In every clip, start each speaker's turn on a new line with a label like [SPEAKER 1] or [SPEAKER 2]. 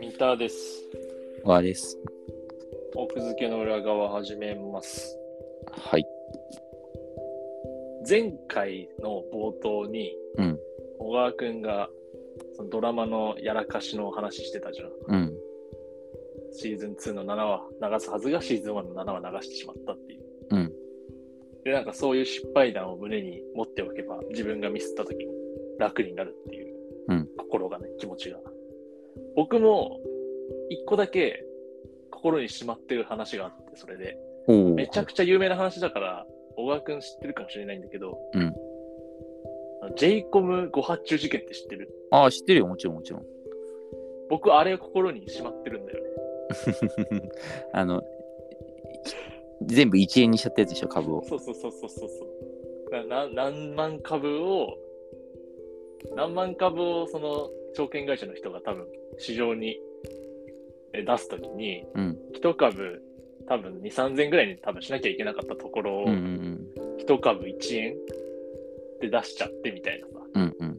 [SPEAKER 1] 三田です。
[SPEAKER 2] わです。
[SPEAKER 1] 奥付けの裏側始めます。
[SPEAKER 2] はい。
[SPEAKER 1] 前回の冒頭に、
[SPEAKER 2] うん。
[SPEAKER 1] 小川くんがそのドラマのやらかしのお話してたじゃん。
[SPEAKER 2] うん。
[SPEAKER 1] シーズン2の7話流すはずがシーズン1の7話流してしまったっていう。
[SPEAKER 2] うん。
[SPEAKER 1] で、なんかそういう失敗談を胸に持っておけば、自分がミスった時に楽になるっていう、
[SPEAKER 2] うん
[SPEAKER 1] 心がね、気持ちが。僕も、一個だけ心にしまってる話があって、それで。
[SPEAKER 2] おお。
[SPEAKER 1] めちゃくちゃ有名な話だから、小川くん知ってるかもしれないんだけど、
[SPEAKER 2] うん
[SPEAKER 1] あの。ジェイコム誤発注事件って知ってる
[SPEAKER 2] ああ、知ってるよ。もちろん、もち ろん。
[SPEAKER 1] 僕、あれを心にしまってるんだよね。
[SPEAKER 2] あの、全部1円にしちゃったやつでしょ、株を。
[SPEAKER 1] そうそうそうそうそうそうなな。何万株を、何万株をその証券会社の人が多分市場にえ出すときに、
[SPEAKER 2] うん。
[SPEAKER 1] 一株多分2、3000ぐらいに多分しなきゃいけなかったところを
[SPEAKER 2] うんう、ん
[SPEAKER 1] 一株1円で出しちゃってみたいなさ。
[SPEAKER 2] うん。うん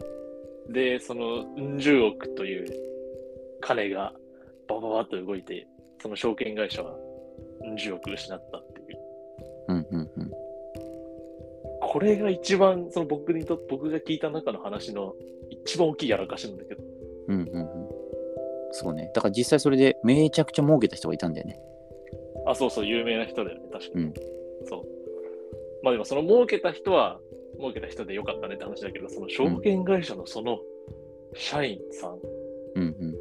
[SPEAKER 2] うん。
[SPEAKER 1] で、その、うん十億という金がバババッと動いて、その証券会社はうん十億失ったっていう。
[SPEAKER 2] うんうんうん。
[SPEAKER 1] これが一番、その僕にと僕が聞いた中の話の一番大きいやらかしなんだけど、
[SPEAKER 2] うんうんうん。そうね。だから実際それでめちゃくちゃ儲けた人がいたんだよね。
[SPEAKER 1] あ、そうそう、有名な人だよね、確かに。
[SPEAKER 2] うん
[SPEAKER 1] そう。まあでも、その儲けた人は、儲けた人でよかったねって話だけど、その証券会社のその社員さん
[SPEAKER 2] うん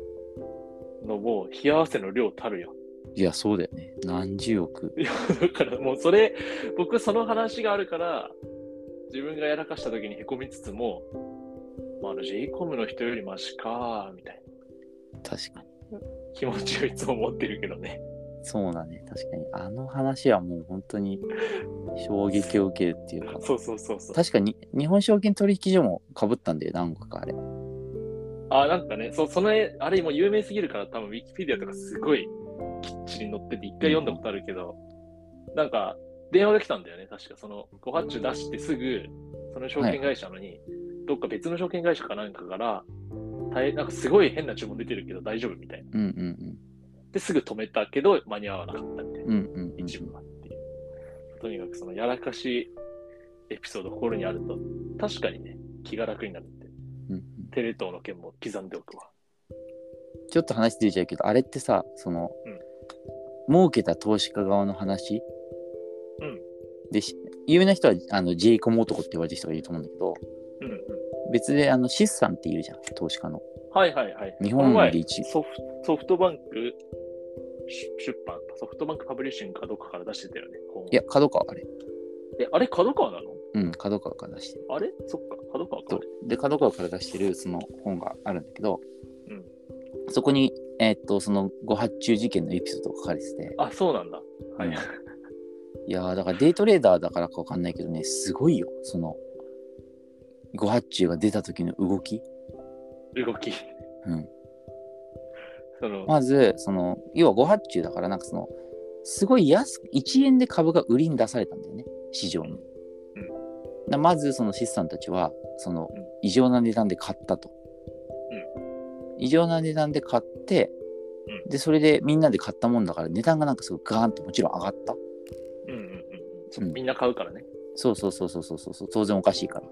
[SPEAKER 2] うん。
[SPEAKER 1] のもう冷や汗の量たるよ。
[SPEAKER 2] いや、そうだよね。何十億。
[SPEAKER 1] いや、だからもうそれ、僕その話があるから、自分がやらかした時にへこみつつも、まあ、あの J コムの人よりマシか、みたいな
[SPEAKER 2] 確かに。
[SPEAKER 1] 気持ちをいつも持ってるけどね。
[SPEAKER 2] そうだね。確かに。あの話はもう本当に衝撃を受けるっていうか。
[SPEAKER 1] そうそうそうそう。
[SPEAKER 2] 確かに日本証券取引所もかぶったんだよ、何個かあれ。
[SPEAKER 1] あ、なんかね、そうその絵、あれもう有名すぎるから、多分 Wikipedia とかすごいきっちり載ってて、一回読んだことあるけど、なんか、電話が来たんだよね、確か。その、ご発注出してすぐ、その証券会社のに、どっか別の証券会社かなんかから、大変なんかすごい変な注文出てるけど大丈夫みたいな。
[SPEAKER 2] うんうん
[SPEAKER 1] ですぐ止めたけど間に合わなかったみたいな
[SPEAKER 2] うん。うんうんうん。
[SPEAKER 1] 一部がっていう。とにかくそのやらかしエピソード心にあると確かにね気が楽になるって
[SPEAKER 2] うんうん
[SPEAKER 1] テレ東の件も刻んでおくわ。
[SPEAKER 2] ちょっと話出ちゃうけど、あれってさ、その、
[SPEAKER 1] うん
[SPEAKER 2] 儲けた投資家側の話、
[SPEAKER 1] うん
[SPEAKER 2] で、し有名な人はあのジェイコム男って言われてる人がいると思うんだけど、
[SPEAKER 1] うんうん。
[SPEAKER 2] 別であのシスさんっているじゃん、投資家の。
[SPEAKER 1] はいはいはい。
[SPEAKER 2] 日
[SPEAKER 1] この
[SPEAKER 2] 本
[SPEAKER 1] 前
[SPEAKER 2] で一
[SPEAKER 1] ソフソフトバンクし出版ソフトバンクパブリッシングかどっかから出してたよね。本を
[SPEAKER 2] いや、角川あれ。
[SPEAKER 1] えあれ角川なの
[SPEAKER 2] うん、角川から出してる。
[SPEAKER 1] あれそっか角川か
[SPEAKER 2] と。で、角川から出してるその本があるんだけど、
[SPEAKER 1] うん
[SPEAKER 2] そこに、えーっと、その誤発注事件のエピソードが書かれてて、
[SPEAKER 1] あそうなんだ。はい。
[SPEAKER 2] うんいやーだからデイトレーダーだからかわかんないけどね、すごいよ、その、誤発注が出た時の動き。
[SPEAKER 1] 動き。
[SPEAKER 2] うん
[SPEAKER 1] その、
[SPEAKER 2] まずその要は誤発注だからなんかそのすごい安く1円で株が売りに出されたんだよね市場に。
[SPEAKER 1] うん
[SPEAKER 2] だまずその資産たちはその
[SPEAKER 1] うん
[SPEAKER 2] 異常な値段で買ったと。異常な値段で買って、
[SPEAKER 1] う
[SPEAKER 2] でそれでみんなで買ったもんだから値段がなんかすごいガーンともちろん上がった。
[SPEAKER 1] うんうんうんうんそう
[SPEAKER 2] うん
[SPEAKER 1] みんな買うからね。
[SPEAKER 2] そうそうそうそうそうそうそう当然おかしいから。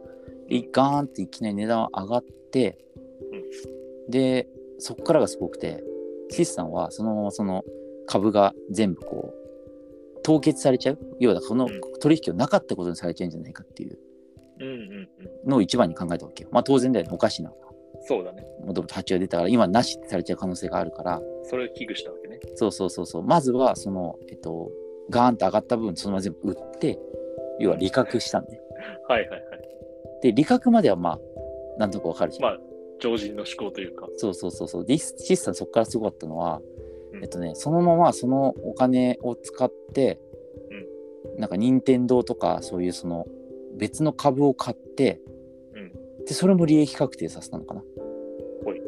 [SPEAKER 2] でガーンっていきなり値段は上がって、でそこからがすごくてシスさんはそのままその株が全部こう凍結されちゃう要はこの
[SPEAKER 1] うん
[SPEAKER 2] 取引をなかったことにされちゃうんじゃないかっていう
[SPEAKER 1] うんうんうん。
[SPEAKER 2] のを一番に考えたわけよ。まあ当然だよねおかしいな。
[SPEAKER 1] そうだね。
[SPEAKER 2] もともと発注が出たから今なしってされちゃう可能性があるから
[SPEAKER 1] それを危惧したわけね。
[SPEAKER 2] そうそうそうそうまずはそのえっとガーンと上がった分そのまま全部売って要は利確したんで。
[SPEAKER 1] はいはいはい。
[SPEAKER 2] で利確まではまあなんとかわかるじゃん
[SPEAKER 1] まあ、常人の思考というか。
[SPEAKER 2] そうそうそうそう。で、シスさんそこからすごかったのは、
[SPEAKER 1] うん
[SPEAKER 2] えっとね、そのままそのお金を使って、なんか任天堂とかそういうその別の株を買って、
[SPEAKER 1] うん
[SPEAKER 2] で、それも利益確定させたのかな。
[SPEAKER 1] ほい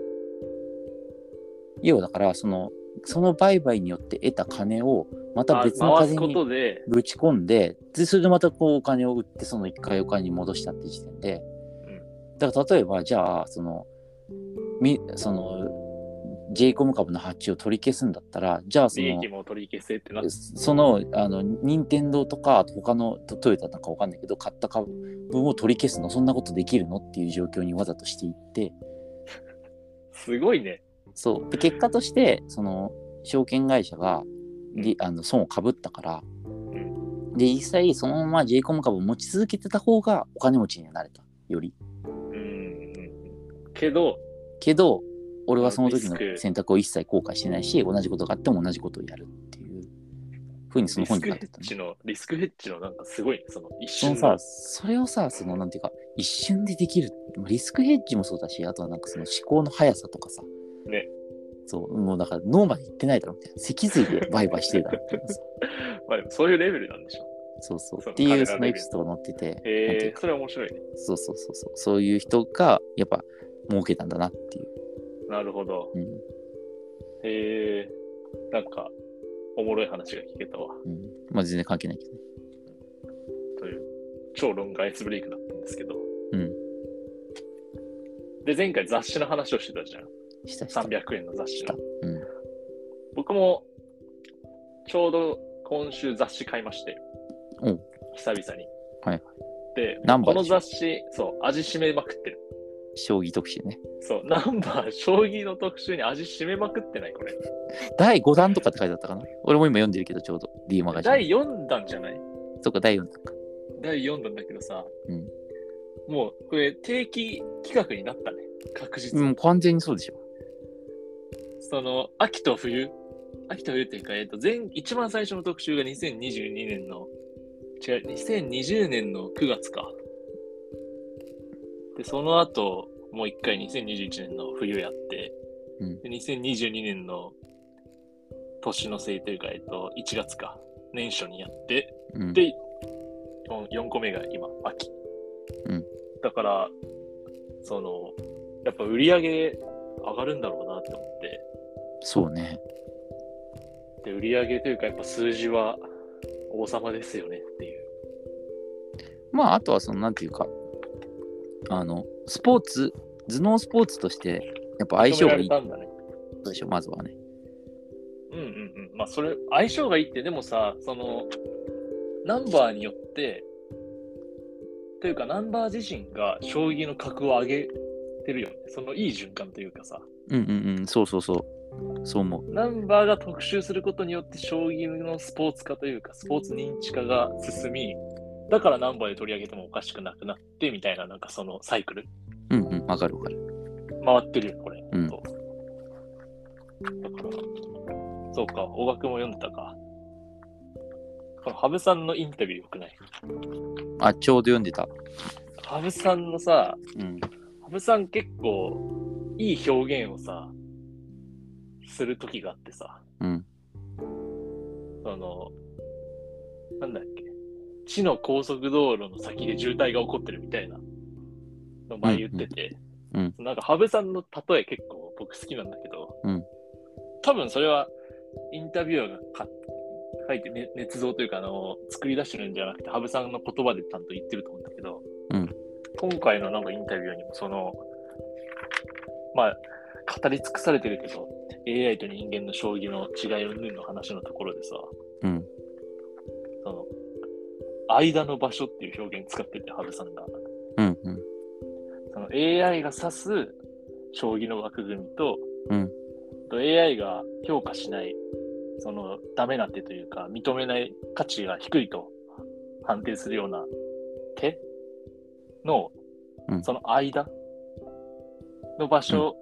[SPEAKER 2] 要はだからその、その売買によって得た金をまた
[SPEAKER 1] あ
[SPEAKER 2] 別の
[SPEAKER 1] 回す
[SPEAKER 2] 風
[SPEAKER 1] こ
[SPEAKER 2] に
[SPEAKER 1] とで、
[SPEAKER 2] ぶち込んででそれでまたこうお金を売ってその1回お金に戻したって時点で、だから例えばじゃあそのみその j コム株の発注を取り消すんだったらじゃあそ
[SPEAKER 1] 利
[SPEAKER 2] の
[SPEAKER 1] 益も取り消せってなって、
[SPEAKER 2] そのあの任天堂とかあと他のトトヨタなんかわかんないけど買った株分を取り消すのそんなことできるのっていう状況にわざとしていって
[SPEAKER 1] すごいね。
[SPEAKER 2] そうで結果としてその証券会社がりあの損をかぶったからで実際そのまま j コム株を持ち続けてた方がお金持ちにはなれたより
[SPEAKER 1] うんうん。けど、
[SPEAKER 2] けど俺はその時の
[SPEAKER 1] リスク
[SPEAKER 2] 選択を一切後悔してないし同じことがあっても同じことをやるっていうふうにそ
[SPEAKER 1] リ
[SPEAKER 2] の本
[SPEAKER 1] ス
[SPEAKER 2] に
[SPEAKER 1] ク
[SPEAKER 2] な
[SPEAKER 1] ヘ
[SPEAKER 2] って
[SPEAKER 1] ッ
[SPEAKER 2] たね
[SPEAKER 1] ジの、リスクヘッジのなんかすごいね、その一
[SPEAKER 2] そ
[SPEAKER 1] 瞬
[SPEAKER 2] の
[SPEAKER 1] の
[SPEAKER 2] さ、それをさ、そのなんていうか、一瞬でできる、まあリスクヘッジもそうだし、あとはなんかその思考の速さとかさ、
[SPEAKER 1] ね。
[SPEAKER 2] そう、もうだから脳まで行ってないだろみたいな、脊髄で売買してる だろみたいなさ、
[SPEAKER 1] まあでもそういうレベルなんでしょ
[SPEAKER 2] そうそう
[SPEAKER 1] そう
[SPEAKER 2] っていう
[SPEAKER 1] 彼ら
[SPEAKER 2] そ
[SPEAKER 1] レ
[SPEAKER 2] の
[SPEAKER 1] ベ
[SPEAKER 2] エ
[SPEAKER 1] ル
[SPEAKER 2] ピソードが載ってて、
[SPEAKER 1] う。
[SPEAKER 2] なんてい
[SPEAKER 1] へ
[SPEAKER 2] う
[SPEAKER 1] え
[SPEAKER 2] か
[SPEAKER 1] それは面白いね。
[SPEAKER 2] そうそうそうそう、そういう人がやっぱ儲けたんだなっていう。
[SPEAKER 1] なるほど。
[SPEAKER 2] うん
[SPEAKER 1] へえなんか、おもろい話が聞けたわ。
[SPEAKER 2] うん、まあ全然関係ないけどね。
[SPEAKER 1] という、超論外アイスブレイクだったんですけど。
[SPEAKER 2] うん。
[SPEAKER 1] で、前回雑誌の話をしてたじゃん。
[SPEAKER 2] したした。
[SPEAKER 1] 300円の雑誌
[SPEAKER 2] し
[SPEAKER 1] の
[SPEAKER 2] た。。うん。
[SPEAKER 1] 僕も、ちょうど今週雑誌買いまして、
[SPEAKER 2] うん
[SPEAKER 1] 久々に。
[SPEAKER 2] はい。
[SPEAKER 1] で、
[SPEAKER 2] ナンバ
[SPEAKER 1] こ
[SPEAKER 2] ー
[SPEAKER 1] の
[SPEAKER 2] でしょ
[SPEAKER 1] 雑誌、そう、味しめまくってる。
[SPEAKER 2] 将棋特集ね。
[SPEAKER 1] そう、ナンバー、将棋の特集に味しめまくってない、これ。
[SPEAKER 2] 第5弾とかって書いてあったかな俺も今読んでるけど、ちょうど D マガジン。
[SPEAKER 1] 第4弾じゃない
[SPEAKER 2] そうか、第4弾か。
[SPEAKER 1] 第4弾だけどさ、
[SPEAKER 2] うん
[SPEAKER 1] もう、これ、定期企画になったね。確実に。
[SPEAKER 2] うん、完全にそうでしょ。
[SPEAKER 1] その、秋と冬。秋と冬っていうか、えっと、前、一番最初の特集が2022年の、違う、2020年の9月か。で、その後、もう一回2021年の冬やって、
[SPEAKER 2] うん
[SPEAKER 1] で2022年の年のせいというか、えっと、1月か、年初にやって、
[SPEAKER 2] うん。
[SPEAKER 1] で、4個目が今、秋。
[SPEAKER 2] うん
[SPEAKER 1] だから、その、やっぱ売り上げ上がるんだろうなって思って、
[SPEAKER 2] そうね。
[SPEAKER 1] で売り上げというかやっぱ数字は王様ですよねっていう。
[SPEAKER 2] まあ、あとはその、なんていうか、あの、スポーツ、頭脳スポーツとして、やっぱ相性がい
[SPEAKER 1] 認め
[SPEAKER 2] い
[SPEAKER 1] られたんだね。
[SPEAKER 2] でしょ、まずはね。
[SPEAKER 1] うんうんうん。まあそれ相性がいいってでもさそのナンバーによってというかナンバー自身が将棋の格を上げてるよね。そのいい循環というかさ
[SPEAKER 2] うんうんうん、そうそうそう。そう思う。
[SPEAKER 1] ナンバーが特集することによって将棋のスポーツ化というかスポーツ認知化が進みだからナンバーで取り上げてもおかしくなくなってみたいななんかそのサイクル
[SPEAKER 2] うんうん、わかるわかる。
[SPEAKER 1] 回ってるよ、これ。
[SPEAKER 2] うん
[SPEAKER 1] そうだからそうか、大学も読んでたか。この羽生さんのインタビューよくない
[SPEAKER 2] あ、ちょうど読んでた。
[SPEAKER 1] 羽生さんのさ、
[SPEAKER 2] うん。
[SPEAKER 1] 羽生さん結構いい表現をさ、する時があってさ、
[SPEAKER 2] うん。
[SPEAKER 1] その、なんだっけ、地の高速道路の先で渋滞が起こってるみたいなの前言ってて、
[SPEAKER 2] うんうん
[SPEAKER 1] なんか羽生さんの例え結構僕好きなんだけど、
[SPEAKER 2] うん
[SPEAKER 1] 多分それはインタビュアーがか書いて、ね、捏造というかあの作り出してるんじゃなくて羽生さんの言葉でちゃんと言ってると思うんだけど、
[SPEAKER 2] うん
[SPEAKER 1] 今回のなんかインタビューにもその、まあ、語り尽くされてるけど AI と人間の将棋の違い云々の話のところでさ、
[SPEAKER 2] うん。
[SPEAKER 1] その、間の場所っていう表現使ってて、羽生さんが。
[SPEAKER 2] うんうん。
[SPEAKER 1] その AI が指す将棋の枠組みと、
[SPEAKER 2] うん
[SPEAKER 1] と AI が評価しない、そのダメな手というか、認めない価値が低いと判定するような手の、
[SPEAKER 2] うん
[SPEAKER 1] その間の場所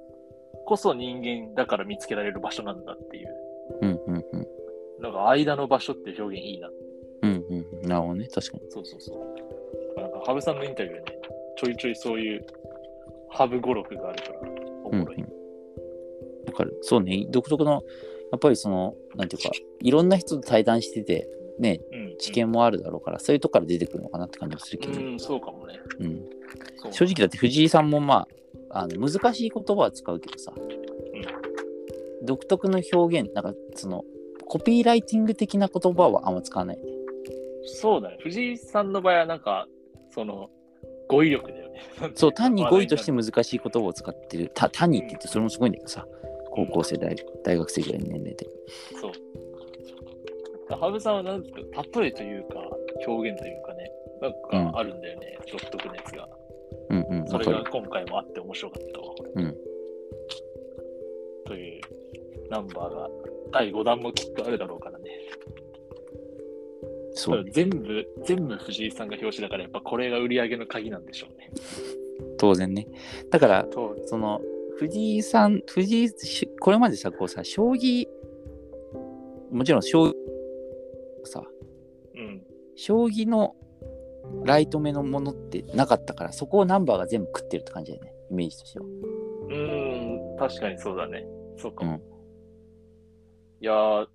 [SPEAKER 1] こそ人間だから見つけられる場所なんだっていう、
[SPEAKER 2] うんうんうん。
[SPEAKER 1] なんか間の場所っていう表現いいな
[SPEAKER 2] うんうんうん。なるほどね、確かに。
[SPEAKER 1] そうそうそう。なんか、羽生さんのインタビューね、ちょいちょいそういう、ハブ語録があるから、お
[SPEAKER 2] うん、う
[SPEAKER 1] も
[SPEAKER 2] ん
[SPEAKER 1] ろい。。
[SPEAKER 2] わかる。そうね、独特の、やっぱりその、なんていうか、いろんな人と対談してて、ね、
[SPEAKER 1] うん。
[SPEAKER 2] 知見もあるだろうから、そういうとこから出てくるのかなって感じもするけ
[SPEAKER 1] う
[SPEAKER 2] ど、
[SPEAKER 1] ん、そうかもね。
[SPEAKER 2] うん、
[SPEAKER 1] そう
[SPEAKER 2] 正直だって藤井さんもまああの難しい言葉は使うけどさ、独特の表現なんかそのコピーライティング的な言葉はあんま 使わないね。
[SPEAKER 1] そうだね。藤井さんの場合は、なんか、その、語彙力だよね。
[SPEAKER 2] そう、単に語彙として難しい言葉を使ってる。た単にって言って、それもすごいんだけどさ、高校生、大大学生ぐらいの年齢で。
[SPEAKER 1] そう。羽生さんはなんか例えというか表現というかね、なんかあるんだよね、独特のやつが。
[SPEAKER 2] うんうん、
[SPEAKER 1] そ
[SPEAKER 2] わ
[SPEAKER 1] れ
[SPEAKER 2] か
[SPEAKER 1] が
[SPEAKER 2] る。
[SPEAKER 1] 今回もあって面白かったわ。
[SPEAKER 2] うん
[SPEAKER 1] というナンバーが第5弾もきっとあるだろうからね。
[SPEAKER 2] そ
[SPEAKER 1] た
[SPEAKER 2] う
[SPEAKER 1] だ、全部、全部藤井さんが表紙だから、やっぱこれが売り上げの鍵なんでしょうね。
[SPEAKER 2] 当然ね。だから、
[SPEAKER 1] そう
[SPEAKER 2] その、藤井さん、藤井し、これまでさ、こうさ、将棋、もちろん将棋、さ、
[SPEAKER 1] うん。
[SPEAKER 2] 将棋のライト目のものってなかったから、そこをナンバーが全部食ってるって感じだよね、イメージとしては。
[SPEAKER 1] うーん、確かにそうだね。そうかも。
[SPEAKER 2] うん
[SPEAKER 1] いやー、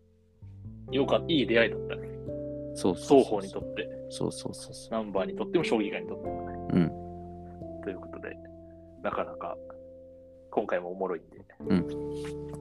[SPEAKER 1] よかいい出会いだったね。
[SPEAKER 2] そうそう
[SPEAKER 1] 双
[SPEAKER 2] そ
[SPEAKER 1] 方
[SPEAKER 2] う
[SPEAKER 1] にとって、
[SPEAKER 2] そうそうそうそ
[SPEAKER 1] ナンバーにとっても将棋界にとってもね。
[SPEAKER 2] う。うん。
[SPEAKER 1] ということで、なかなか今回もおもろいんで、
[SPEAKER 2] うん